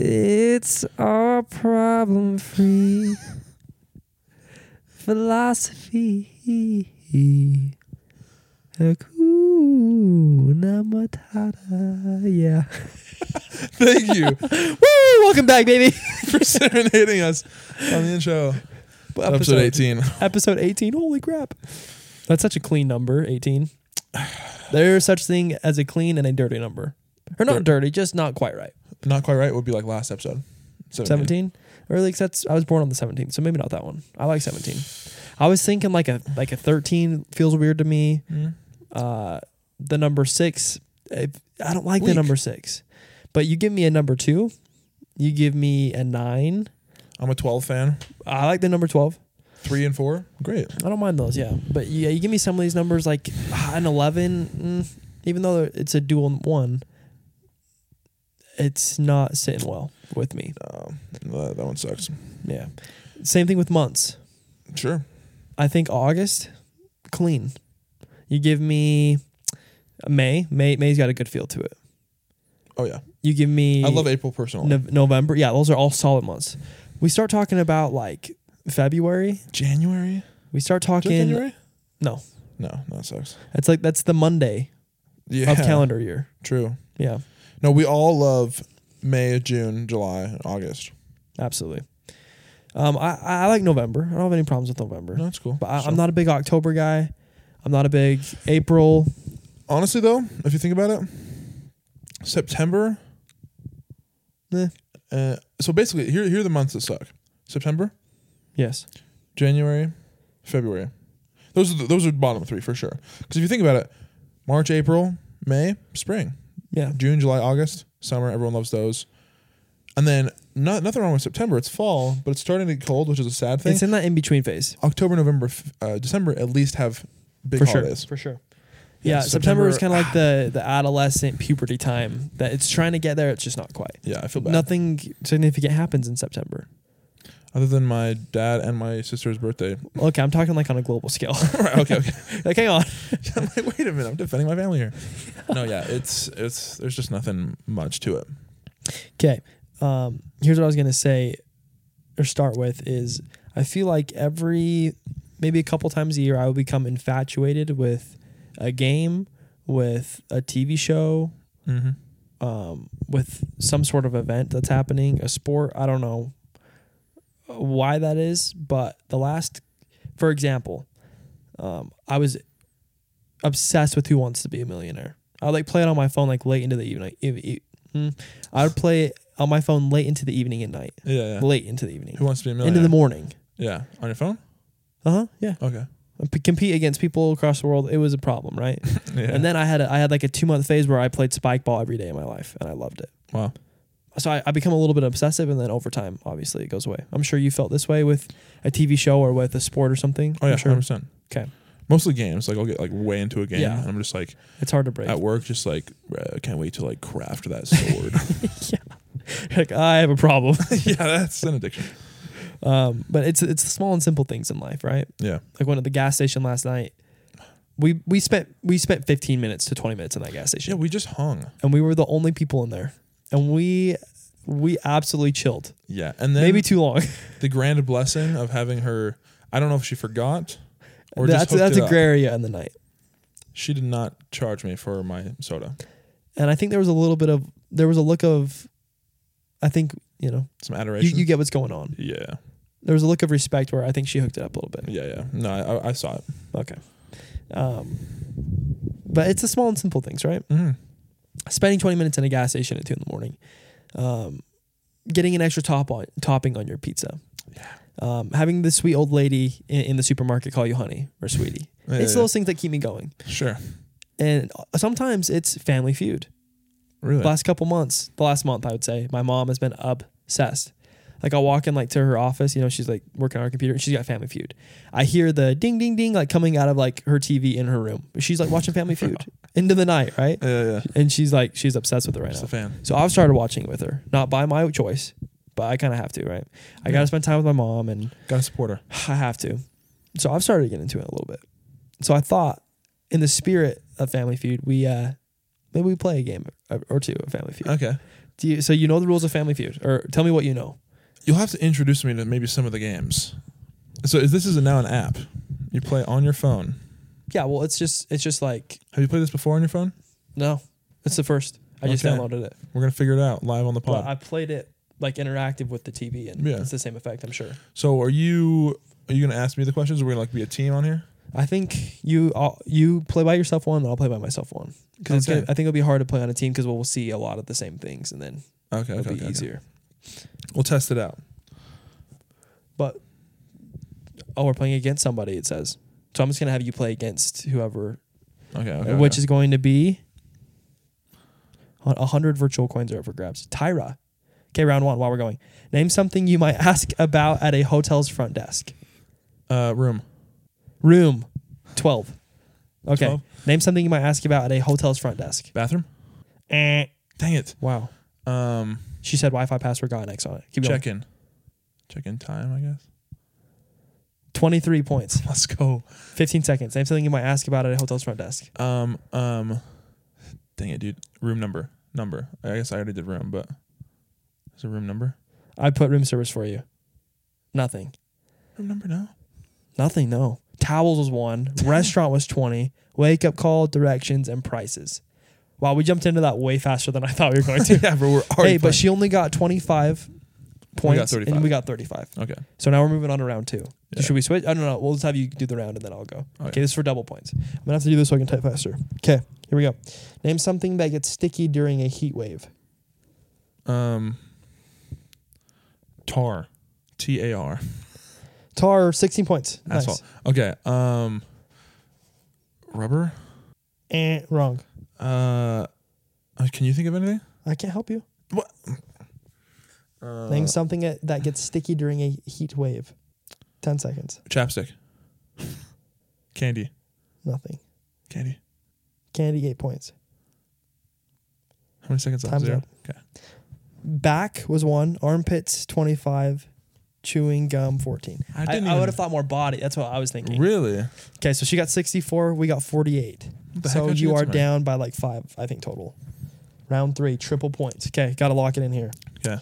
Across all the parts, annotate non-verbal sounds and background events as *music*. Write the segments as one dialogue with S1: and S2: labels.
S1: It's our problem free philosophy. Hakuna Matata. Yeah.
S2: *laughs* Thank you
S1: *laughs* Woo! Welcome back, baby.
S2: *laughs* for serenading us on the intro. Episode 18.
S1: Episode 18. Holy crap. That's such a clean number,
S2: *sighs*
S1: 18. There's such thing as a clean and a dirty number. Or not
S2: Dirt.
S1: dirty, just not quite right.
S2: Not quite right would be like last episode.
S1: 17 or like that's i was born on the 17th so maybe not that one i like 17 i was thinking like a like a 13 feels weird to me
S2: Mm.
S1: uh the number six i, I don't like the
S2: Weak.
S1: number six but you give me a number two you give me a nine
S2: I'm a 12 fan.
S1: i like the number 12
S2: Three and four. Great.
S1: i don't mind those yeah but yeah you give me some of these numbers like ah, an 11 mm, even though it's a dual one it's not sitting well with me
S2: Um, that, that one sucks.
S1: yeah same thing with months
S2: Sure.
S1: I think August, clean. You give me May. May May's got a good feel to it.
S2: Oh, yeah.
S1: You give me
S2: I love April personally.
S1: Nov- November. Yeah, those are all solid months. We start talking about like February.
S2: January?
S1: We start
S2: Is that
S1: talking.
S2: January?
S1: No,
S2: No, no, it sucks.
S1: it's like that's the Monday
S2: Yeah.
S1: of calendar year.
S2: True.
S1: Yeah,
S2: No, we all love May, June, July, and August.
S1: absolutely. Um, I I like November. I don't have any problems with November,
S2: No, that's cool.
S1: but I,
S2: So-
S1: I'm not a big October guy. I'm not a big April.
S2: honestly though, if you think about it, September.
S1: Eh.
S2: Uh, so basically, here here are the months that suck: September,
S1: Yes,
S2: January, February. Those are the, those are bottom three for sure. Because if you think about it, March, April, May, spring,
S1: yeah,
S2: June, July, August, summer. Everyone loves those. And then not, nothing wrong with September. It's fall, but it's starting to get cold, which is a sad thing.
S1: it's in that in between phase.
S2: October, November, f- uh, December at least have big
S1: for
S2: holidays.
S1: sure. For sure.
S2: Yeah,
S1: Yeah, September, is kind
S2: September- ah.
S1: of like the the adolescent puberty time that it's trying to get there. It's just not quite.
S2: Yeah, I feel bad.
S1: Nothing significant happens in September.
S2: Other than my dad and my sister's birthday. *laughs*
S1: Okay, I'm talking like on a global scale. *laughs*
S2: Right, *laughs* okay, okay.
S1: like,
S2: *laughs*
S1: hang on.
S2: I'm like, wait a minute, I'm defending my family
S1: *laughs*
S2: here. No, yeah, it's it's there's just nothing much to it.
S1: Okay, um, here's what I was gonna say, or start with is I feel like every maybe a couple times a year I will become infatuated with a game, with a TV show,
S2: Mm-hmm.
S1: um, with some sort of event that's happening, a sport. I don't know why that is, but the last, for example, um, I was obsessed with Who Wants to Be a Millionaire. I would like play it on my phone like late into the evening. ev- e- mm. I would play it on my phone late into the evening at night,
S2: Yeah, yeah.
S1: late into the evening,
S2: Who wants to be a millionaire?
S1: into the morning.
S2: yeah, on your phone.
S1: Uh huh. Yeah.
S2: Okay.
S1: P- compete against people across the world. It was a problem, right?
S2: Yeah.
S1: And then I had a, I had like a two month phase where I played spike ball every day of my life, and I loved it.
S2: wow.
S1: so I, I become a little bit obsessive and then over time obviously it goes away i'm sure you felt this way with a tv show or with a sport or something
S2: Oh yeah,
S1: I'm
S2: hundred
S1: sure
S2: percent.
S1: Okay.
S2: Mostly games. Like I'll get like way into a game,
S1: Yeah.
S2: and I'm just like
S1: it's hard to break
S2: at work, just like "Bruh, I can't wait to like craft that sword.
S1: *laughs* like i have a
S2: *laughs*
S1: problem
S2: yeah, that's an addiction.
S1: um, but it's it's the small and simple things in life right
S2: Yeah.
S1: like when at the gas station last night we we spent we spent 15 minutes to 20 minutes in that gas
S2: Yeah,
S1: station
S2: we just hung.
S1: and we were the only people in there and we we absolutely chilled
S2: Yeah, and then
S1: maybe too long
S2: the grand blessing of having her. I don't know if she forgot. Or
S1: that's
S2: just hooked
S1: that's
S2: it
S1: a
S2: up.
S1: gray area in the night
S2: She did not charge me for my soda.
S1: and i think there was a little bit of there was a look of i think you know
S2: Some
S1: you,
S2: adoration.
S1: you get what's going on
S2: yeah.
S1: there was a look of respect where I think she hooked it up a little bit.
S2: Yeah, yeah. No, I, I saw it.
S1: Okay. Um, but it's the small and simple things, right?
S2: Mm-hmm.
S1: Spending 20 minutes in a gas station at 2 in the morning, um, getting an extra top on, topping on your pizza, um, having the sweet old lady in, in the supermarket call you honey or sweetie. it's those things that keep me going.
S2: sure.
S1: And sometimes it's family feud.
S2: Really?
S1: The last couple months, the last month, I would say, my mom has been obsessed. Like I'll walk in like to her office, you know, she's like working on her computer and she's got Family Feud. I hear the ding ding ding like coming out of like her TV in her room. She's like watching Family
S2: *laughs*
S1: Feud into the night, right?
S2: yeah, yeah.
S1: And she's like she's obsessed with it right
S2: Just
S1: now.
S2: a fan.
S1: So I've started watching it with her, not by my choice, but I kind of have to, right? I got
S2: Yeah.
S1: to spend time with my mom and *sighs*
S2: Got a supporter.
S1: I have to. So I've started to get into it a little bit. So I thought, in the spirit of Family Feud, we uh maybe we play a game uh, or, or two of Family Feud
S2: Okay.
S1: Do you, so you know the rules of Family Feud, or tell me what you know.
S2: You'll have to introduce me to maybe some of the games. So is this is now an app you play on your phone.
S1: Yeah, well, it's just it's just like
S2: Have you played this before on your phone?
S1: no, it's the first. I just
S2: Okay.
S1: downloaded it,
S2: We're gonna figure it out live on the
S1: but
S2: pod.
S1: I played it like interactive with the TV, and
S2: Yeah.
S1: it's the same effect, I'm sure.
S2: so are you are you gonna ask me the questions? We're gonna like be a team on here.
S1: I think you I'll, you play by yourself one, and I'll play by myself one. Because
S2: Okay.
S1: I think it'll be hard to play on a team because we'll, we'll see a lot of the same things, and then
S2: Okay,
S1: it'll
S2: okay,
S1: be
S2: okay, okay.
S1: easier.
S2: We'll test it out.
S1: But oh, we're playing against somebody. It says so. I'm just gonna have you play against whoever,
S2: Okay, okay
S1: which
S2: okay.
S1: is going to be a hundred virtual coins are up for grabs. Tyra. Okay, round one. While we're going, name something you might ask about at a hotel's front desk.
S2: uh, room.
S1: Room twelve. Okay.
S2: 12?
S1: Name something you might ask about at a hotel's front desk.
S2: Bathroom.
S1: Eh.
S2: Dang it.
S1: Wow.
S2: Um,
S1: She said Wi-Fi password got an X on it. Keep going.
S2: check in. Check in time, I guess. *laughs*
S1: Twenty-three points.
S2: Let's go.
S1: Fifteen seconds. Name something you might ask about at a hotel's front desk.
S2: Um, um, dang it, dude. Room number. Number. I guess I already did room, but is it room number?
S1: I put room service for you. Nothing.
S2: Room number no.
S1: *laughs* Nothing, no. Towels was one. Restaurant was 20. Wake up call, directions, and prices. Wow, we jumped into that way faster than I thought we were going to.
S2: *laughs* yeah, bro. We're *laughs* already.
S1: hey, but she only got 25 points
S2: 35.
S1: and we got 35.
S2: playing. okay.
S1: So now we're moving on to round two.
S2: Yeah. Oh,
S1: Should we switch? I don't know. We'll just have you do the round and then I'll go.
S2: Okay.
S1: Okay, this is for double points. I'm going to have to do this so I can type faster. Okay, here we go. Name something that gets sticky during a heat wave.
S2: Um, tar. T A R.
S1: Tar, 16 points. Nice.
S2: Asshole. Okay. Um, rubber.
S1: Eh, wrong.
S2: Uh, uh, can you think of anything?
S1: I can't help you.
S2: Uh,
S1: Name something that- that gets sticky during a heat wave. 10 seconds.
S2: Chapstick. Candy.
S1: Nothing.
S2: Candy.
S1: Candy, eight points.
S2: How many seconds left?
S1: Time's
S2: Zero.
S1: up.
S2: Okay.
S1: Back was one. Armpits, 25. Chewing gum, 14.
S2: I
S1: I, I,
S2: didn't
S1: would
S2: even-
S1: have thought more body. That's what I was thinking.
S2: Really?
S1: Okay, so she got 64. We got 48.
S2: What the heck,
S1: So
S2: how'd you
S1: you
S2: get
S1: are
S2: so many?
S1: down by like five, I think, total. Round three, triple points. Okay, got to lock it in here.
S2: Okay.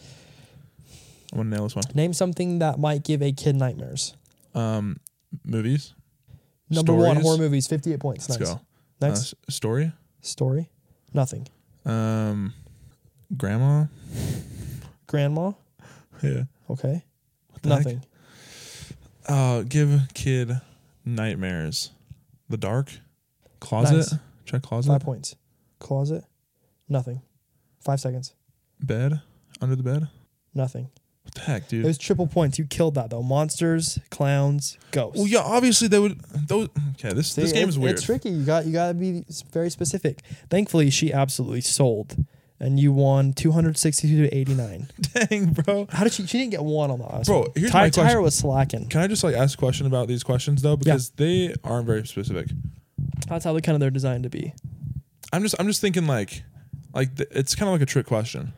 S2: I'm gonna nail this one.
S1: Name something that might give a kid nightmares.
S2: Um, movies.
S1: Number one,
S2: Stories?
S1: horror movies, 58 points.
S2: Let's
S1: nice.
S2: go. Uh,
S1: Next,
S2: s- story.
S1: story. Nothing.
S2: Um, grandma.
S1: Grandma.
S2: Yeah.
S1: Okay.
S2: the heck?
S1: Nothing.
S2: Uh, give kid nightmares. The dark. Closet.
S1: Nice.
S2: Check closet.
S1: Five points. Closet. Nothing. Five seconds.
S2: Bed. Under the bed.
S1: Nothing.
S2: What the heck, dude?
S1: It was triple points. You killed that though. Monsters, clowns, ghosts.
S2: well, yeah. Obviously, they would. Those. Okay. This
S1: See,
S2: this game
S1: it-
S2: is weird.
S1: It's tricky. You got you got to be s- very specific. Thankfully, she absolutely sold, and you won two hundred sixty-two to eighty-nine.
S2: *laughs* Dang, bro.
S1: How did she? She didn't get one on that last
S2: Bro,
S1: one.
S2: here's
S1: Ty-
S2: my question.
S1: Tyra was slacking.
S2: Can I just like ask a question about these questions though, because they aren't very specific.
S1: That's how they kind of they're designed to be.
S2: I'm just I'm just thinking like, like th- it's kind of like a trick question.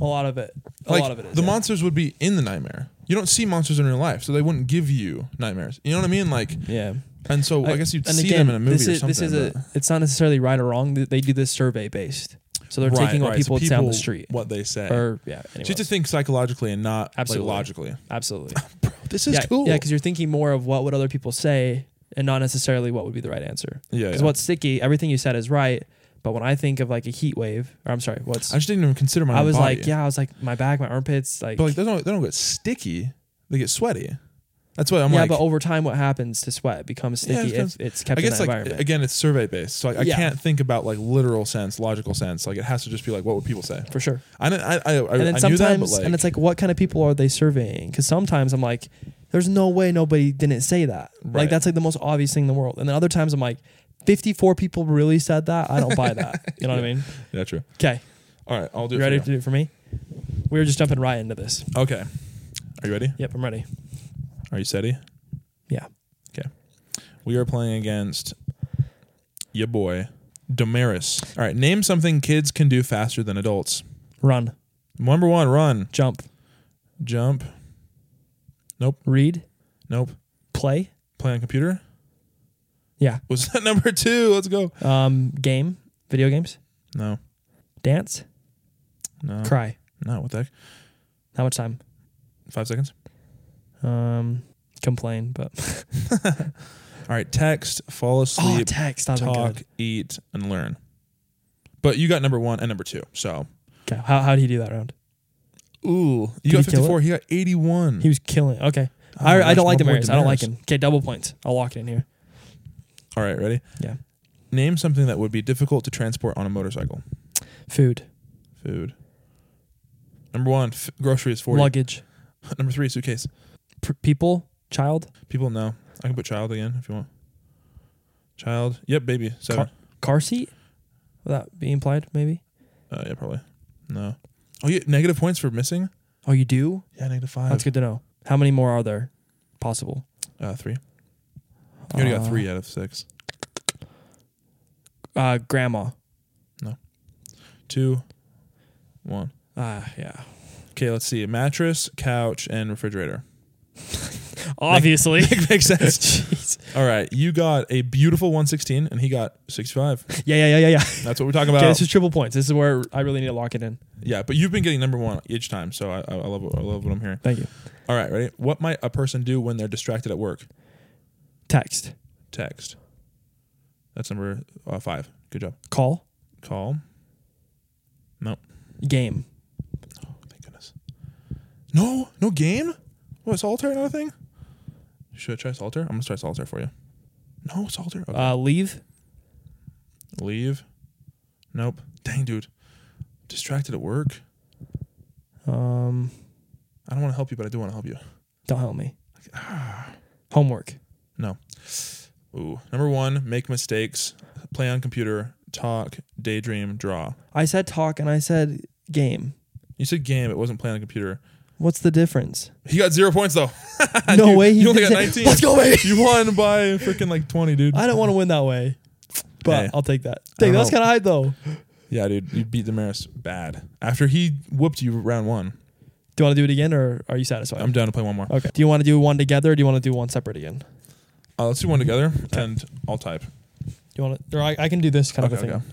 S1: A lot of it. A
S2: like,
S1: lot of it is
S2: The
S1: yeah.
S2: monsters would be in the nightmare. You don't see monsters in real life, so they wouldn't give you nightmares. You know what I mean? Like,
S1: Yeah.
S2: and so I,
S1: I-
S2: guess you'd
S1: and
S2: see
S1: again,
S2: them in a movie
S1: this is,
S2: or something.
S1: This is a, it's not necessarily right or wrong. Th- They do this survey based, so they're
S2: but- Right,
S1: taking what
S2: right, so
S1: people, down the street
S2: What they say.
S1: or yeah, anyways.
S2: just to think psychologically and not
S1: Absolutely.
S2: like logically.
S1: absolutely.
S2: Bro, this is
S1: yeah,
S2: cool.
S1: because you're thinking more of what would other people say and not necessarily what would be the right answer.
S2: yeah,
S1: Because
S2: yeah.
S1: what's sticky, everything you said is right, but when I think of like a heat wave, or I'm sorry, what's
S2: I just didn't even consider my.
S1: I
S2: own
S1: was
S2: body.
S1: like, yeah, I was like my back, my armpits, like,
S2: but like they don't they don't get sticky. They get sweaty. That's why I'm
S1: yeah,
S2: like.
S1: but over time, what happens to sweat It becomes
S2: Yeah,
S1: sticky
S2: it becomes-
S1: if it's kept
S2: I
S1: in
S2: guess
S1: that
S2: like
S1: environment.
S2: again, it's survey based, so I, I
S1: Yeah.
S2: can't think about like literal sense, logical sense. Like it has to just be like what would people say.
S1: for sure.
S2: I didn't- I I, I,
S1: And then
S2: I knew
S1: sometimes,
S2: that, but like,
S1: and it's like, what kind of people are they surveying? Because sometimes I'm like, there's no way nobody didn't say that.
S2: Right.
S1: Like that's like the most obvious thing in the world. And then other times I'm like, 54 people really said that. I don't buy
S2: *laughs*
S1: that. You know what I mean?
S2: yeah, true.
S1: Okay,
S2: All right, I'll do
S1: you
S2: it. for
S1: ready
S2: you.
S1: to do it for me? We were just jumping right into this.
S2: Okay. Are you ready?
S1: Yep, I'm ready.
S2: Are you steady?
S1: Yeah.
S2: Okay. We are playing against your boy, Damaris. All right, name something kids can do faster than adults.
S1: Run,
S2: Number one, run,
S1: jump,
S2: jump.
S1: read,
S2: Nope.
S1: play.
S2: Play on computer.
S1: Yeah.
S2: *laughs* Was that number two? Let's go.
S1: Um, game, video games,
S2: No,
S1: dance,
S2: No.
S1: Cry.
S2: No, what the heck?
S1: How much time?
S2: Five seconds.
S1: Um, complain, but *laughs*
S2: All right, text, fall
S1: oh,
S2: asleep,
S1: text. That's
S2: talk,
S1: good.
S2: eat, and learn. But you got number one and number two. So,
S1: Okay, how how did he do that round?
S2: ooh,
S1: Did he
S2: you
S1: kill
S2: got 54. He got 81.
S1: He was killing. Okay,
S2: Oh
S1: I,
S2: my
S1: I don't
S2: gosh,
S1: like
S2: my boy
S1: Damaris. I don't like
S2: Damaris.
S1: him. Okay, double points. I'll lock it in here.
S2: All right, ready?
S1: Yeah.
S2: Name something that would be difficult to transport on a motorcycle.
S1: Food,
S2: Food. Number one, f- groceries, 40.
S1: luggage,
S2: *laughs* Number three, suitcase.
S1: pr- people, child,
S2: People know. I can put child again if you want. Child. Yep, baby. Seven.
S1: car seat. Would that be implied? Maybe.
S2: uh, yeah, probably. No. Oh, yeah, negative points for missing?
S1: Oh, you do.
S2: Yeah, negative five.
S1: That's good to know. How many more are there possible?
S2: Uh, three. You already got
S1: Uh,
S2: three out of six.
S1: Uh, grandma.
S2: Two, one.
S1: Ah, yeah.
S2: Okay, let's see. Mattress, couch, and refrigerator. *laughs*
S1: Obviously.
S2: Makes sense.
S1: *laughs* Jeez.
S2: All right, you got a beautiful 116, and he got 65.
S1: Yeah, yeah, yeah, yeah, yeah.
S2: That's what
S1: *laughs*
S2: we're talking about.
S1: Okay, this is triple points. This is where I really need to lock it in.
S2: yeah, but you've been getting number one each time, so I, I I love what, I love what I'm hearing.
S1: Thank you.
S2: All right, ready? What might a person do when they're distracted at work?
S1: Text,
S2: Text. That's number uh, five. Good job.
S1: call,
S2: Call.
S1: game.
S2: Oh, thank goodness. No, no game. What solitaire? Another thing? Should I try solitaire? I'm gonna try solitaire for you. No solitaire. Okay.
S1: Uh, leave.
S2: Leave. Nope. Dang, dude. Distracted at work.
S1: Um,
S2: I don't want to help you, but I do want to help you.
S1: don't help
S2: *sighs*
S1: me. Homework.
S2: Ooh. Number one, make mistakes. Play on computer. Talk. Daydream. Draw.
S1: I said talk and I said game.
S2: You said game. It wasn't play on computer.
S1: What's the difference?
S2: He got zero points though.
S1: no
S2: *laughs* You-
S1: way. he
S2: You only
S1: did
S2: got
S1: that.
S2: 19.
S1: Let's go,
S2: *laughs*
S1: baby.
S2: You won by freaking like 20, dude.
S1: I don't want to win that way, but
S2: Hey.
S1: I'll take that.
S2: I
S1: Dang,
S2: don't
S1: that's
S2: know.
S1: kind of high though.
S2: Yeah, dude, you beat Damaris bad. After he whooped you round one,
S1: Do you want to do it again, or are you satisfied?
S2: I'm down to play one more.
S1: okay. Do you want to do one together, or do you want to do one separate again? Do
S2: Uh, let's do one together, and I'll type.
S1: you want to, or I, I can do this kind
S2: Okay,
S1: of a thing,
S2: okay.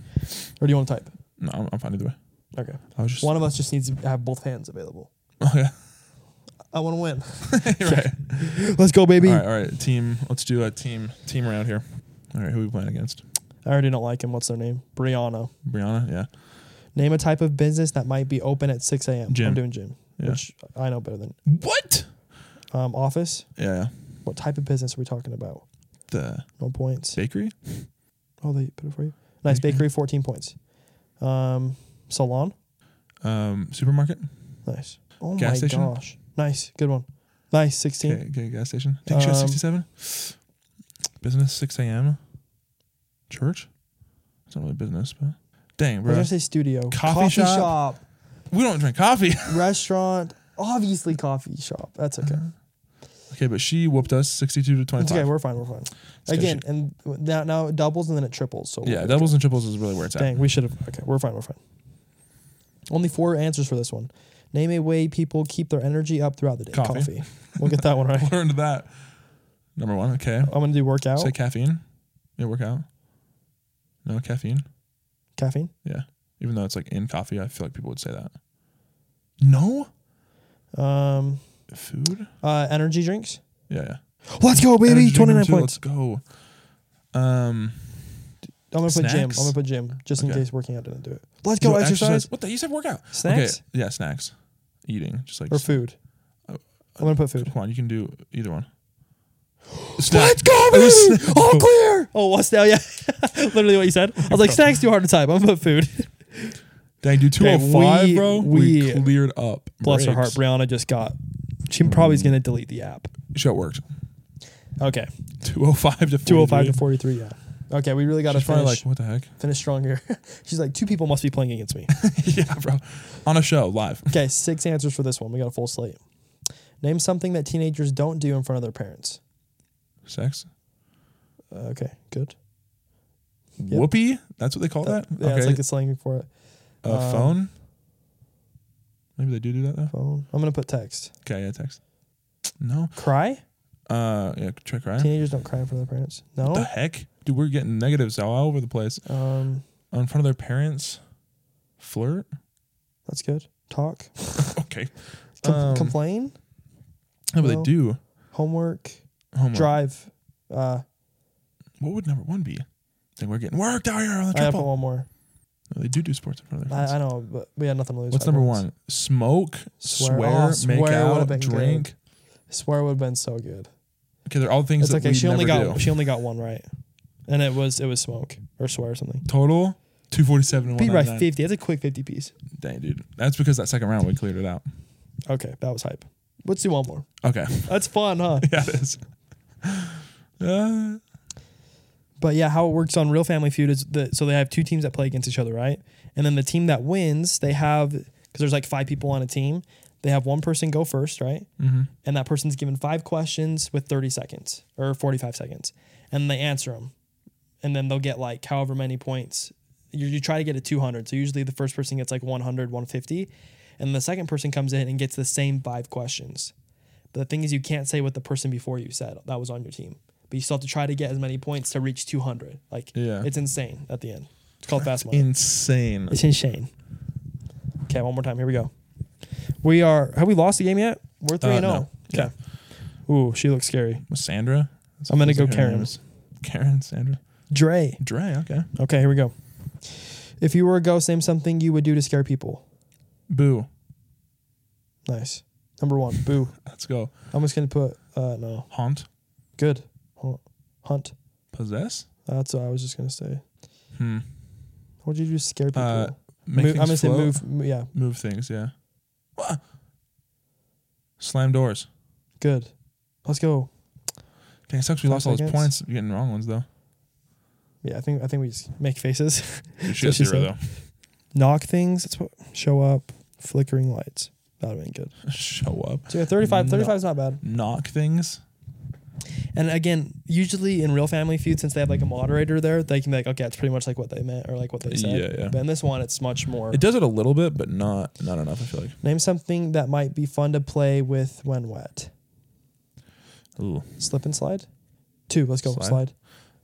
S1: or do you want to type?
S2: No, I'm, I'm fine either way.
S1: Okay.
S2: I was just *laughs*
S1: One of us just needs to have both hands available.
S2: okay. *laughs*
S1: I want to win. *laughs*
S2: right.
S1: Let's go, baby.
S2: All right, all right. Team, let's do a team team around here. All right, who we playing against?
S1: I already don't like him. What's their name? Brianna.
S2: Brianna, yeah,
S1: Name a type of business that might be open at 6 a.m. I'm
S2: Gym.
S1: doing gym,
S2: yeah.
S1: which I know better than.
S2: what?
S1: Um, office.
S2: Yeah, yeah.
S1: What type of business are we talking about?
S2: The
S1: No points.
S2: bakery.
S1: Oh, they put it for you. Nice
S2: Bakery.
S1: bakery, 14 points. Um, salon.
S2: Um, supermarket.
S1: Nice. Oh
S2: Gas
S1: my
S2: station?
S1: gosh. Nice. Good one. Nice. 16.
S2: Okay, okay, gas station. Think she got
S1: Um,
S2: 67. Business 6 a.m. Church. It's not really business, but dang,
S1: I was
S2: bro.
S1: gonna say studio.
S2: Coffee shop? We don't drink coffee. *laughs*
S1: restaurant. Obviously, coffee shop. That's okay.
S2: Okay, but she whooped us 62 to
S1: It's
S2: 25.
S1: okay. We're fine. We're fine.
S2: good
S1: Again, and now now it doubles and then it triples. So
S2: yeah, doubles and triples is really where it's at.
S1: Dang,
S2: *laughs*
S1: we should have. Okay, we're fine. We're fine. Only four answers for this one. Name a way people keep their energy up throughout the day.
S2: Coffee.
S1: We'll get that one
S2: *laughs*
S1: right.
S2: Learned that. Number one, okay.
S1: I'm gonna do workout,
S2: Say caffeine. Yeah, workout. No caffeine.
S1: caffeine.
S2: Yeah. Even though it's like in coffee, I feel like people would say that. No?
S1: Um,
S2: Food?
S1: uh, energy drinks.
S2: Yeah, yeah.
S1: Let's go, baby.
S2: Energy drink
S1: Twenty
S2: number
S1: nine
S2: two,
S1: points.
S2: Let's go. Um,
S1: I'm gonna put gym. I'm
S2: Snacks?
S1: gonna put gym just in
S2: Okay.
S1: case working out didn't do it. Let's go
S2: do
S1: exercise,
S2: What the? You said workout.
S1: snacks
S2: Okay. Yeah, snacks. Eating. Just like
S1: or food.
S2: Oh,
S1: I'm gonna put
S2: *laughs*
S1: food.
S2: Come on, you can do
S1: *gasps*
S2: either one.
S1: Let's go,
S2: was
S1: baby. All clear. Oh, what's that? *laughs* Yeah, literally what you said. I was like, snacks too hard to type. I'm gonna put food.
S2: *laughs* Dang, dude,
S1: Okay,
S2: 205,
S1: we-
S2: bro. We,
S1: we-
S2: cleared up.
S1: Bless her heart,
S2: Breaks.
S1: Brianna just got. She probably
S2: Mm.
S1: is gonna delete the app.
S2: Shit worked.
S1: Okay,
S2: 205 to 43.
S1: 205 to 43. Yeah. Okay, we really got to
S2: She's probably
S1: finish
S2: like, what the
S1: *laughs*
S2: heck? *laughs*
S1: finish strong here. She's like, two people must be playing against me.
S2: yeah, bro. On a show, live.
S1: okay, six answers for this one. We got a full slate. Name something that teenagers don't do in front of their parents.
S2: Sex.
S1: Uh, okay, good.
S2: Whoopee? That's what they call that?
S1: Uh, yeah,
S2: okay.
S1: it's like the slang for it.
S2: uh,
S1: um,
S2: phone? Maybe they do do that, though.
S1: Phone. I'm gonna put text.
S2: Okay, yeah, text. No.
S1: Cry.
S2: Uh, yeah, trick, right?
S1: Teenagers don't cry in front of their parents.
S2: What the
S1: No.
S2: heck? Dude, we're getting negatives all over the place.
S1: Um,
S2: In front of their parents? Flirt?
S1: That's good. Talk.
S2: Okay.
S1: Com-
S2: Um,
S1: complain.
S2: No, but
S1: Well,
S2: they do.
S1: Homework.
S2: Homework.
S1: Drive. Uh,
S2: What would number one be? I think we're getting worked out here on the
S1: I have
S2: triple.
S1: one more.
S2: No, they do do sports in front of their friends.
S1: I, I know, but we had nothing to lose.
S2: What's
S1: by
S2: number
S1: points.
S2: one? Smoke,
S1: Swear.
S2: swear,
S1: Oh,
S2: make
S1: swear would've been good.
S2: out, drink.
S1: Swear would have been so good.
S2: Okay, they're all things
S1: It's
S2: that
S1: okay.
S2: we
S1: She only
S2: never
S1: got
S2: do.
S1: she only got one right, and it was it was smoke or swear or something.
S2: Total two forty seven.
S1: Beat by fifty. That's a quick fifty piece.
S2: Dang, dude, that's because that second round we cleared it out.
S1: Okay, that was hype. Let's do one more.
S2: Okay, *laughs*
S1: That's fun, huh?
S2: yeah, it is. Uh,
S1: But yeah, how it works on Real Family Feud is that so they have two teams that play against each other, right? And then the team that wins, they have because there's like five people on a team. They have one person go first, right?
S2: mhm.
S1: And that person's given five questions with 30 seconds or 45 seconds, and they answer them, and then they'll get like however many points. You, you try to get a 200, so usually the first person gets like 100, 150, and the second person comes in and gets the same five questions. But the thing is, you can't say what the person before you said that was on your team. But you still have to try to get as many points to reach 200. Like,
S2: Yeah.
S1: it's insane at the end. It's called fast money.
S2: Insane.
S1: it's insane. Okay, one more time. Here we go. We are. Have we lost the game yet? We're three and
S2: Uh, no.
S1: zero. Okay. Ooh, she looks scary.
S2: Was Sandra? That's
S1: I'm gonna
S2: what
S1: go
S2: her name
S1: Karen.
S2: is. Karen, Sandra,
S1: Dre.
S2: Dre. Okay.
S1: Okay, here we go. If you were a ghost, name something you would do to scare people.
S2: Boo.
S1: Nice. Number one, boo.
S2: Let's go.
S1: I'm just gonna put uh no.
S2: Haunt.
S1: Good. Hu- Hunt.
S2: Possess.
S1: That's what I was just gonna say.
S2: Hmm.
S1: What would you do to scare people?
S2: Uh, Make
S1: Move- I'm
S2: things
S1: gonna say
S2: float.
S1: move. mo- Yeah.
S2: Move things. Yeah. Wha- Slam doors.
S1: Good. Let's go.
S2: Dang, it sucks. We
S1: Five
S2: lost all those
S1: seconds.
S2: points. You're getting wrong ones though.
S1: Yeah, I think I think we just make faces. *laughs*
S2: You
S1: she
S2: should zero
S1: said.
S2: though.
S1: Knock things. That's what. Show up. Flickering lights. That would have been good.
S2: *laughs* show up,
S1: So yeah, 35.
S2: No.
S1: 35 is not bad.
S2: knock things.
S1: And again, usually in Real Family Feud, since they have like a moderator there, they can be like, okay, it's pretty much like what they meant or like what they said.
S2: Yeah, yeah.
S1: But in this one, it's much more.
S2: It does it a little bit, but not not enough. I feel like.
S1: Name something that might be fun to play with when wet.
S2: Ooh.
S1: Slip and slide. Two. Let's go. Slide.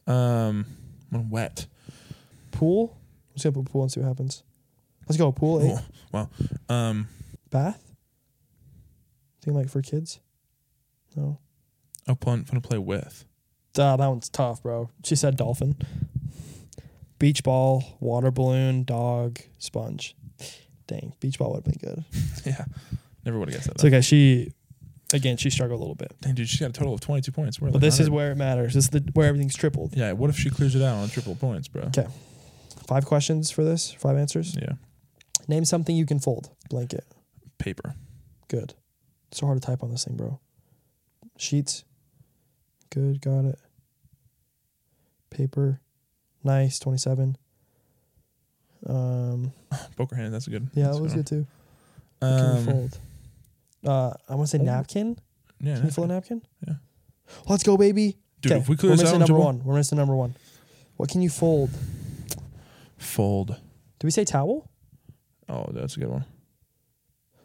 S2: Slide. Um, when wet.
S1: Pool. Let's go put pool and see what happens. Let's go. Pool. Eight.
S2: Ooh, wow. Um.
S1: Bath. Thing like for kids. No.
S2: Oh, fun fun to play with. *laughs*
S1: Duh, that one's tough, bro. She said dolphin. Beach ball, water balloon, dog, sponge. Dang, beach ball would have been good.
S2: yeah. Never would have guessed that.
S1: It's okay. She, again, she struggled a little bit.
S2: Dang, dude, she got a total of twenty two points. We're
S1: But
S2: like
S1: this is
S2: 100.
S1: where it matters. This is the, where everything's tripled.
S2: Yeah. What if she clears it out on triple points, bro?
S1: Okay. Five questions for this, five answers.
S2: Yeah.
S1: Name something you can fold. Blanket.
S2: Paper. *sighs*
S1: Good. so hard to type on this thing, bro. Sheets. Good. Got it. Paper. Nice. 27. Um,
S2: Poker hand. That's a good.
S1: yeah,
S2: that's
S1: that
S2: a
S1: was good too.
S2: one.
S1: What can
S2: Um,
S1: we fold? Uh, I want to say
S2: fold?
S1: napkin.
S2: Yeah.
S1: Can we
S2: that's
S1: fold a
S2: good.
S1: napkin?
S2: Yeah.
S1: Let's go, baby.
S2: Dude,
S1: 'Kay,
S2: if we clear
S1: we're
S2: this out,
S1: missing
S2: on
S1: number
S2: triple-
S1: one. We're missing number one. What can you fold?
S2: Fold.
S1: Do we say towel?
S2: Oh, that's a good one.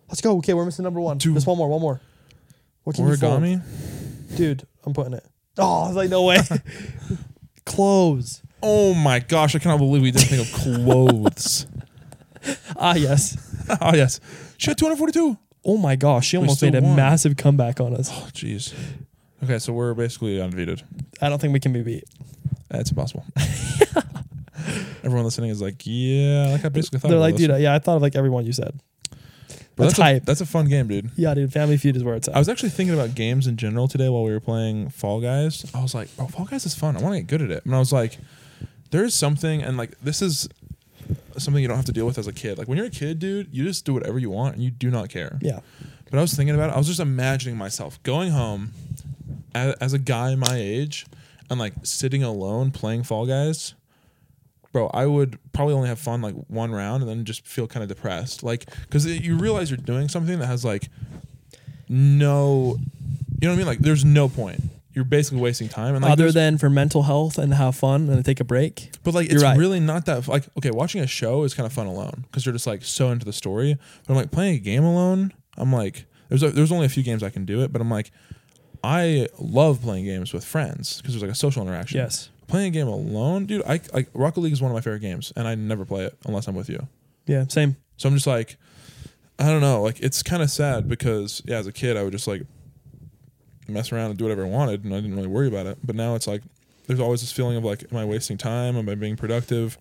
S1: Let's go. Okay, we're missing number one.
S2: Dude.
S1: Just one more. One more. What can you
S2: Origami.
S1: fold? Dude, I'm putting it. Oh, I was like, no
S2: *laughs*
S1: way. *laughs* Clothes.
S2: Oh my gosh! I cannot believe we didn't think
S1: *laughs*
S2: of clothes. *laughs*
S1: Ah, yes.
S2: oh yes, she had two hundred forty-two.
S1: Oh my gosh, she
S2: We
S1: almost
S2: still
S1: made a
S2: won.
S1: massive comeback on
S2: *gasps*
S1: us.
S2: Oh jeez. Okay, so we're basically undefeated.
S1: I don't think we can be beat. *laughs*
S2: That's impossible. Everyone listening is like, yeah, like I basically thought.
S1: They're
S2: about
S1: like,
S2: this.
S1: dude, yeah, I thought of like everyone you said.
S2: But
S1: That's
S2: that's
S1: hype.
S2: A, that's a fun game, dude.
S1: yeah, dude, Family Feud is where it's at.
S2: I was actually thinking about games in general today while we were playing Fall Guys. I was like, oh, Fall Guys is fun. I want to get good at it. And I was like, there's something, and like this is something you don't have to deal with as a kid. Like when you're a kid, dude, you just do whatever you want and you do not care.
S1: yeah.
S2: But I was thinking about it. I was just imagining myself going home as, as a guy my age and like sitting alone playing Fall Guys. Bro, I would probably only have fun like one round and then just feel kind of depressed. Like, because you realize you're doing something that has like no, you know what I mean? Like, there's no point. You're basically wasting time. And like,
S1: Other
S2: there's-
S1: than for mental health and to have fun and to take a break.
S2: but like,
S1: You're
S2: it's
S1: right.
S2: really not that. Like, okay, watching a show is kind of fun alone because you're just like so into the story. But I'm like playing a game alone. I'm like, there's a, there's only a few games I can do it. But I'm like, I love playing games with friends because there's like a social interaction.
S1: Yes.
S2: Playing a game alone, dude. I like Rocket League is one of my favorite games, and I never play it unless I'm with you.
S1: Yeah, same.
S2: So I'm just like, I don't know. Like it's kind of sad because yeah, as a kid I would just like mess around and do whatever I wanted, and I didn't really worry about it. But now it's like there's always this feeling of like, am I wasting time? Am I being productive?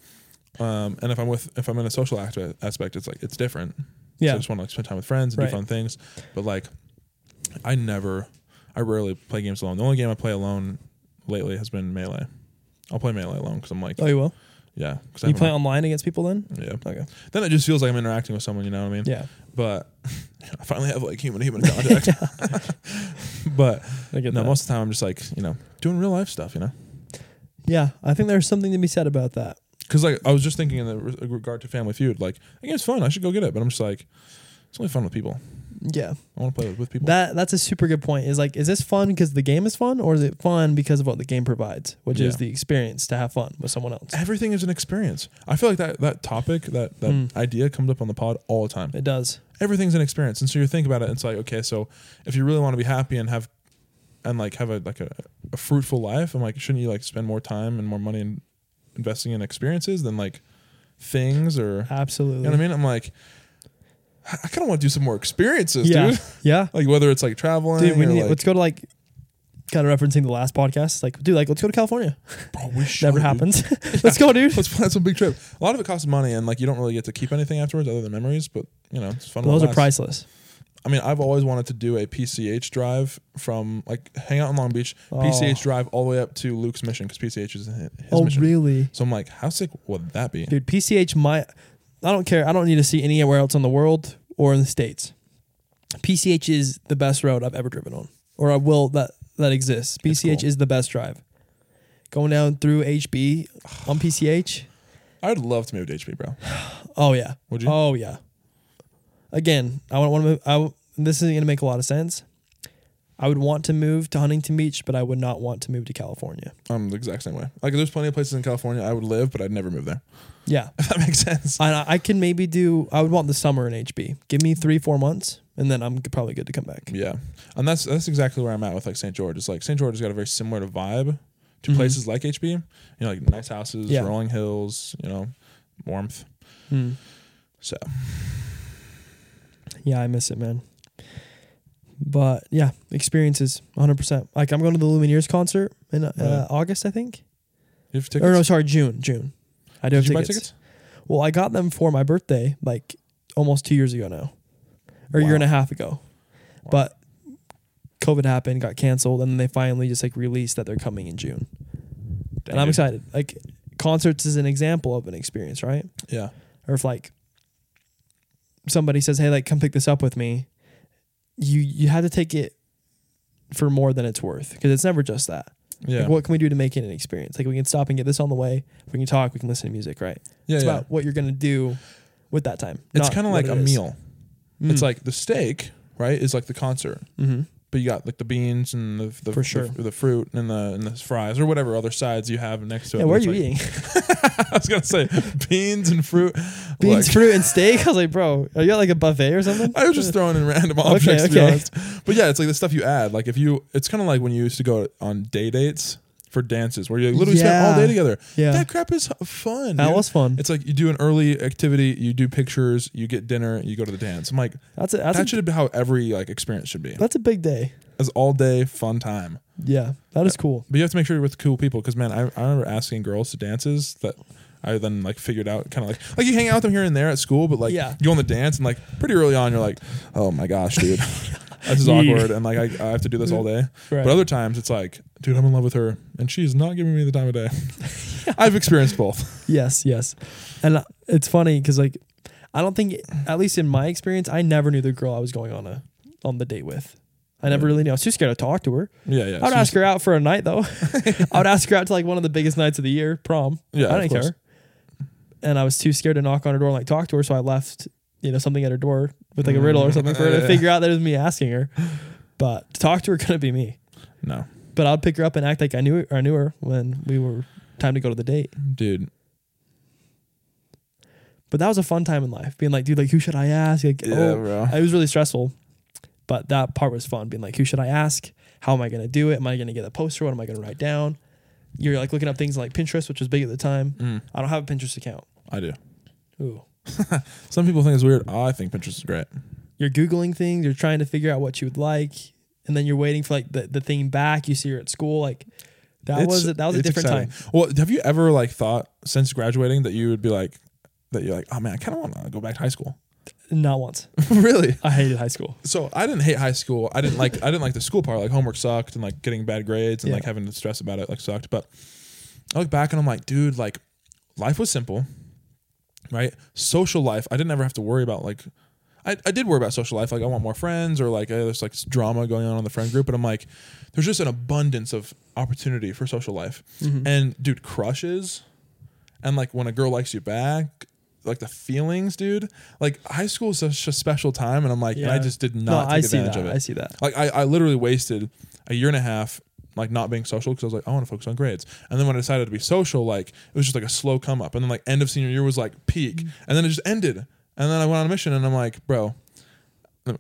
S2: Um, and if I'm with if I'm in a social act- aspect, it's like it's different. So
S1: Yeah.
S2: I just want to like spend time with friends and
S1: Right.
S2: do fun things. But like, I never, I rarely play games alone. The only game I play alone lately has been Melee. I'll play Melee alone because I'm like,
S1: Oh, you will.
S2: yeah, because
S1: You play online against people then?
S2: yeah.
S1: Okay.
S2: Then it just feels like I'm interacting with someone. You know what I mean?
S1: Yeah.
S2: But *laughs* I finally have like human
S1: *laughs*
S2: human contact. but
S1: I get
S2: no,
S1: that.
S2: most of the time I'm just like you know doing real life stuff. You know.
S1: yeah, I think there's something to be said about that.
S2: Because like I was just thinking in the re- regard to Family Feud, like that game's fun. I should go get it, but I'm just like, it's only fun with people.
S1: Yeah.
S2: I want to play with, with people.
S1: That that's a super good point. Is like, is this fun because the game is fun, or is it fun because of what the game provides, which is
S2: Yeah.
S1: the experience to have fun with someone else?
S2: Everything is an experience. I feel like that that topic, that that
S1: Mm.
S2: idea comes up on the pod all the time.
S1: It does.
S2: Everything's an experience, and so you think about it. It's like okay, so if you really want to be happy and have and like have a like a, a fruitful life, I'm like, shouldn't you like spend more time and more money in investing in experiences than like things or
S1: Absolutely.
S2: you know what I mean? I'm like, I kind of want to do some more experiences,
S1: yeah.
S2: dude.
S1: *laughs* Yeah.
S2: *laughs* Like whether it's like traveling,
S1: Dude, we
S2: or,
S1: need,
S2: like,
S1: let's go to like kind of referencing the last podcast. Like, dude, like let's go to California.
S2: Bro, we should,
S1: Never
S2: dude. *laughs*
S1: happens. *laughs* let's go, dude.
S2: Let's plan some big trip. A lot of it costs money, and like you don't really get to keep anything afterwards other than memories. But you know, it's fun. while
S1: Those
S2: it
S1: are
S2: lasts.
S1: priceless.
S2: I mean, I've always wanted to do a PCH drive from like hang out in Long Beach,
S1: Oh.
S2: PCH drive all the way up to Luke's mission because PCH is his
S1: oh,
S2: mission.
S1: really?
S2: So I'm like, how sick would that be?
S1: Dude, PCH might. I don't care. I don't need to see anywhere else in the world or in the states. PCH is the best road I've ever driven on, or I will that that exists.
S2: It's
S1: PCH
S2: cool.
S1: is the best drive. Going down through HB on PCH.
S2: I'd love to move to HP, bro.
S1: Oh yeah.
S2: Would you?
S1: Oh yeah. Again, I would want to move. I w- this is going to make a lot of sense. I would want to move to Huntington Beach, but I would not want to move to California.
S2: I'm the exact same way. Like, there's plenty of places in California I would live, but I'd never move there. *laughs*
S1: Yeah,
S2: If that makes sense.
S1: I, I can maybe do. I would want the summer in HB. Give me three, four months, and then I'm probably good to come back.
S2: Yeah, and that's that's exactly where I'm at with like St. George. It's like St. George has got a very similar vibe to
S1: Mhm.
S2: places like HB. You know, like nice houses,
S1: Yeah.
S2: rolling hills. You know, warmth.
S1: Hmm.
S2: So
S1: Yeah, I miss it, man. But yeah, experiences, 100%. Like I'm going to the Lumineers concert in uh,
S2: Right.
S1: August, I think.
S2: you have
S1: Or
S2: tickets.
S1: no, sorry, June. June. I do
S2: Did
S1: have
S2: you buy
S1: tickets. Well, I got them for my birthday, like almost two years ago now, or a year
S2: Wow.
S1: and a half ago.
S2: Wow.
S1: But COVID happened, got canceled, and then they finally just like released that they're coming in June.
S2: Dang,
S1: and I'm
S2: dude.
S1: excited. Like concerts is an example of an experience, right?
S2: Yeah,
S1: or if like somebody says, "Hey, like come pick this up with me," you you have to take it for more than it's worth because it's never just that.
S2: yeah,
S1: Like, what can we do to make it an experience? Like we can stop and get this on the way. We can talk. We can listen to music. Right.
S2: yeah.
S1: it's
S2: yeah.
S1: about what you're gonna do with that time.
S2: it's
S1: not
S2: kind of
S1: what
S2: like
S1: it
S2: a
S1: is.
S2: meal.
S1: Mm.
S2: It's like the steak, right? Is like the concert,
S1: Mhm.
S2: but you got like the beans and the the,
S1: For
S2: the-
S1: sure.
S2: the, fruit and the and the fries or whatever other sides you have next to it.
S1: yeah. Where are
S2: It's
S1: you
S2: like-
S1: eating?
S2: *laughs* I was gonna say beans and fruit.
S1: Beans,
S2: Like-
S1: fruit, and steak. *laughs* I was like, bro, are you at like a buffet or something?
S2: I was just throwing in random objects, to
S1: *laughs*
S2: be
S1: okay.
S2: honest. But yeah, it's like the stuff you add. Like if you, it's kind of like when you used to go on day dates for dances, where you literally spend all
S1: Yeah.
S2: day together.
S1: yeah.
S2: That crap is fun.
S1: that
S2: dude.
S1: was fun.
S2: It's like you do an early activity, you do pictures, you get dinner, you go to the dance. I'm like,
S1: That's a, that's
S2: that
S1: a,
S2: should have been how every like experience should be.
S1: that's a big day.
S2: As all day fun time.
S1: Yeah, that is cool.
S2: But you have to make sure you're with cool people because man, I, I remember asking girls to dances that I then like figured out kind of like like you hang out with them here and there at school, but like
S1: Yeah.
S2: you go on the dance and like pretty early on you're like, oh my gosh,
S1: *laughs*
S2: dude, this is
S1: Yeah.
S2: awkward and like I, I have to do this all day.
S1: Right.
S2: But other times it's like, dude, I'm in love with her and she's not giving me the time of
S1: *laughs*
S2: day. I've experienced both.
S1: Yes, yes. And uh, it's funny because like I don't think, at least in my experience, I never knew the girl I was going on a on the date with. I never
S2: Yeah.
S1: really knew. I was too scared to talk to her.
S2: Yeah, yeah.
S1: I would
S2: So
S1: ask her out for a night
S2: *laughs*
S1: though. I would ask her out to like one of the biggest nights of the year, prom.
S2: Yeah,
S1: I
S2: of
S1: didn't
S2: course.
S1: care. And I was too scared to knock on her door and like talk to her, so I left you know something at her door with like a riddle or something for her to
S2: *laughs* Yeah.
S1: figure out that it was me asking her. But to talk to her *laughs* couldn't be me.
S2: No,
S1: But I'd pick her up and act like I knew I knew her when we were time to go to the date.
S2: dude.
S1: But that was a fun time in life, being like, dude, like who should I ask? Like,
S2: Yeah,
S1: oh,
S2: bro.
S1: it was really stressful, but that part was fun. Being like, who should I ask? How am I gonna do it? Am I gonna get a poster? What am I gonna write down? You're like looking up things like Pinterest, which was big at the time.
S2: Mm,
S1: I don't have a Pinterest account.
S2: I do.
S1: Ooh,
S2: Some people think it's weird. I think Pinterest is great.
S1: You're Googling things, you're trying to figure out what you would like, and then you're waiting for like the, the thing back you see her at school. Like that
S2: It's-
S1: was that was a
S2: it's
S1: different
S2: exciting.
S1: time.
S2: Well, have you ever like thought since graduating that you would be like that you're like, oh man, I kind of want to go back to high school. *laughs*
S1: Not once.
S2: really?
S1: I hated high school.
S2: So I didn't hate high school. I didn't like I didn't like the school part. Like homework sucked and like getting bad grades and
S1: Yeah.
S2: like having to stress about it like sucked. But I look back and I'm like, dude, like life was simple, right? Social life. I didn't ever have to worry about like. I, I did worry about social life, like I want more friends, or like eh, there's like drama going on in the friend group, but I'm like, there's just an abundance of opportunity for social life,
S1: Mm-hmm.
S2: and dude, crushes, and like when a girl likes you back, like the feelings, dude. Like high school is such a special time, and I'm like, and I
S1: Yeah.
S2: just did
S1: No,
S2: not take
S1: I see
S2: advantage
S1: that.
S2: of it.
S1: I see that.
S2: Like I, I literally wasted a year and a half like not being social because I was like, I want to focus on grades. And then when I decided to be social, like it was just like a slow come up. And then like end of senior year was like peak.
S1: Mm-hmm.
S2: And then it just ended. And then I went on a mission and I'm like, bro.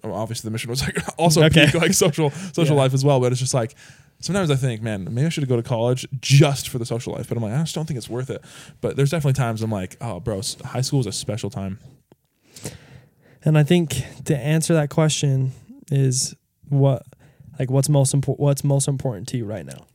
S2: Obviously the mission was like *laughs* also
S1: Okay.
S2: peak like social
S1: *laughs*
S2: social
S1: Yeah.
S2: life as well. But it's just like sometimes I think, man, maybe I should go to college just for the social life. But I'm like, I just don't think it's worth it. But there's definitely times I'm like, oh bro, s- high school is a special time.
S1: And I think to answer that question is what like what's most important what's most important to you right now.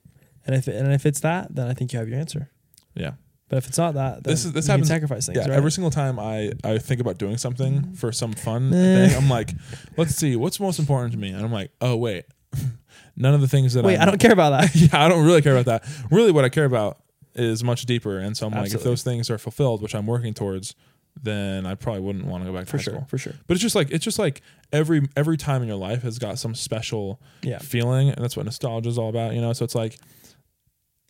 S1: And if and if it's that, then I think you have your answer.
S2: Yeah.
S1: But if it's not that, then
S2: This is- this
S1: you can
S2: happens-
S1: sacrifice things.
S2: yeah,
S1: right?
S2: every single time I, I think about doing something for some fun
S1: Eh.
S2: thing, I'm like, let's see, what's most important to me? And I'm like, oh wait, *laughs* none of the things that
S1: Wait,
S2: I'm,
S1: I don't care about that.
S2: *laughs* yeah, I don't really care about that. Really, what I care about is much deeper. And so I'm like, if
S1: Absolutely.
S2: those things are fulfilled, which I'm working towards, then I probably wouldn't want to go back to
S1: for
S2: high
S1: sure,
S2: school.
S1: for sure.
S2: But it's just like it's just like every every time in your life has got some special
S1: Yeah.
S2: feeling, and that's what nostalgia is all about, you know. So it's like,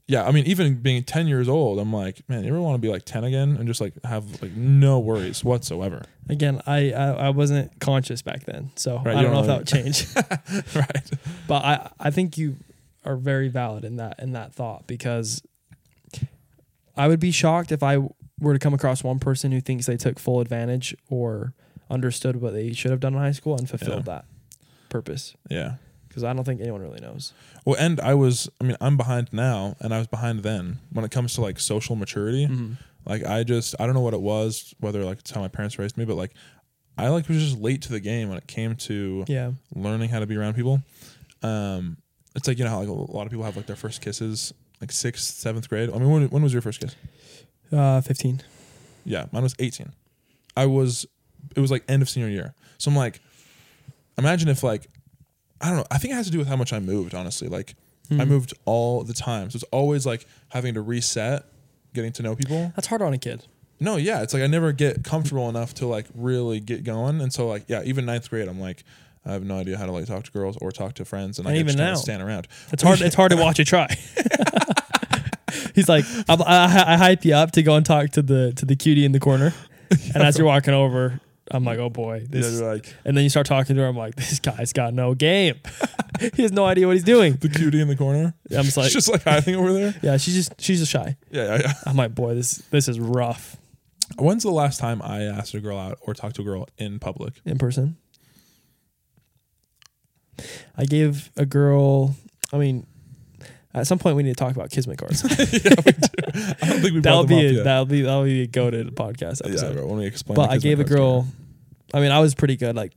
S2: yeah, I mean, even being ten years old, I'm like, man, you ever want to be like ten again and just like have like no worries whatsoever,
S1: Again, I, I I wasn't conscious back then, so
S2: Right,
S1: I
S2: you
S1: don't
S2: don't
S1: know if
S2: know.
S1: that would change.
S2: right?
S1: but I I think you are very valid in that in that thought because I would be shocked if I were to come across one person who thinks they took full advantage or understood what they should have done in high school and fulfilled that purpose
S2: Yeah.
S1: because I don't think anyone really knows.
S2: Well, and I was, I mean, I'm behind now, and I was behind then when it comes to like social maturity.
S1: Mm. Mm-hmm.
S2: Like, I just, I don't know what it was, whether like it's how my parents raised me, but like, I like was just late to the game when it came to
S1: Yeah,
S2: learning how to be around people. Um, it's like you know how like a lot of people have like their first kisses like sixth, seventh grade. I mean, when, when was your first kiss?
S1: uh, fifteen.
S2: Yeah, mine was 18. I was, it was like end of senior year. So I'm like, imagine if like, I don't know. I think it has to do with how much I moved, honestly. Like, I
S1: Hmm.
S2: moved all the time. So it's always like having to reset, getting to know people.
S1: That's hard on a kid.
S2: No, yeah, it's like I never get comfortable enough to like really get going, and so like yeah, even ninth grade, I'm like, I have no idea how to like talk to girls or talk to friends, and, like,
S1: And even
S2: I just kinda
S1: now.
S2: stand around.
S1: It's
S2: *laughs*
S1: hard. It's hard to watch you *laughs* try. He's like, I'm, I, I hype you up to go and talk to the to the cutie in the corner, and as you're walking over, I'm like, oh boy,
S2: Yeah,
S1: this. *laughs*
S2: you're like
S1: and then you start talking to her. I'm like, this guy's got no game. *laughs* he has no idea what he's doing.
S2: the cutie in the corner.
S1: I'm just like,
S2: It's just like hiding
S1: *laughs*
S2: over there.
S1: yeah, she's just she's just shy.
S2: Yeah, yeah, yeah.
S1: I'm like, boy, this this is rough
S2: When's the last time I asked a girl out or talked to a girl in public?
S1: in person. I gave a girl. I mean, at some point we need to talk about kismet
S2: *laughs*
S1: cards.
S2: I don't think we
S1: that'll
S2: brought them
S1: be
S2: up
S1: a,
S2: yet.
S1: that'll be that'll be a go to podcast
S2: yeah,
S1: episode.
S2: bro, when we explain.
S1: but
S2: the
S1: I
S2: kismet
S1: gave a
S2: cards to
S1: girl.
S2: her.
S1: I mean, I was pretty good. Like,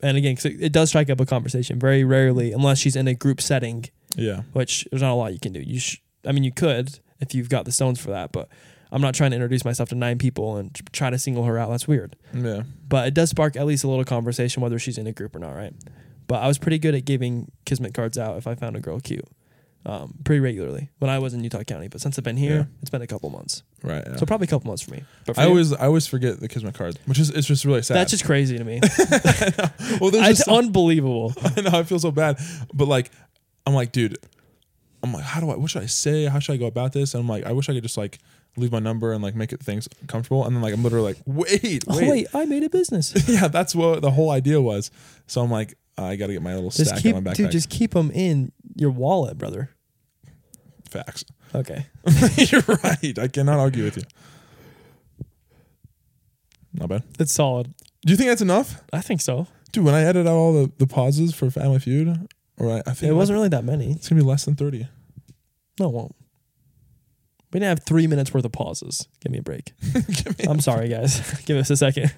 S1: and again, 'cause it, it does strike up a conversation very rarely, unless she's in a group setting,
S2: Yeah,
S1: which there's not a lot you can do. You, sh- I mean, you could if you've got the stones for that, but I'm not trying to introduce myself to nine people and t- try to single her out. That's weird.
S2: yeah.
S1: But it does spark at least a little conversation, whether she's in a group or not, right? But I was pretty good at giving kismet cards out if I found a girl cute, um, pretty regularly when I was in Utah County. But since I've been here,
S2: Yeah.
S1: it's been a couple months,
S2: Right. Yeah.
S1: so probably a couple months for me. But for
S2: I
S1: you,
S2: always I always forget the kismet card, which is it's just really sad.
S1: that's just crazy
S2: *laughs*
S1: to me.
S2: well, there's
S1: It's
S2: just some-
S1: unbelievable.
S2: *laughs* I know I feel so bad, but like, I'm like, dude, I'm like, how do I? What should I say? How should I go about this? And I'm like, I wish I could just like leave my number and like make it things comfortable. And then like, I'm literally like, wait,
S1: Oh,
S2: wait,
S1: wait, I made a business.
S2: *laughs* yeah, that's what the whole idea was. So I'm like, I got to get my little
S1: Just
S2: stack
S1: keep,
S2: on my backpack.
S1: dude. Just keep them in your wallet, brother.
S2: Facts.
S1: Okay.
S2: *laughs* You're right. I cannot argue with you. Not bad.
S1: It's solid.
S2: Do you think that's enough,
S1: I think so.
S2: dude? When I edit out all the, the pauses for Family Feud, or I, I think
S1: It wasn't really that many.
S2: *laughs* It's gonna be less than thirty.
S1: No, it won't. We didn't have three minutes worth of pauses. Give me a break.
S2: Give me-
S1: *laughs* I'm sorry, guys. Give us a second.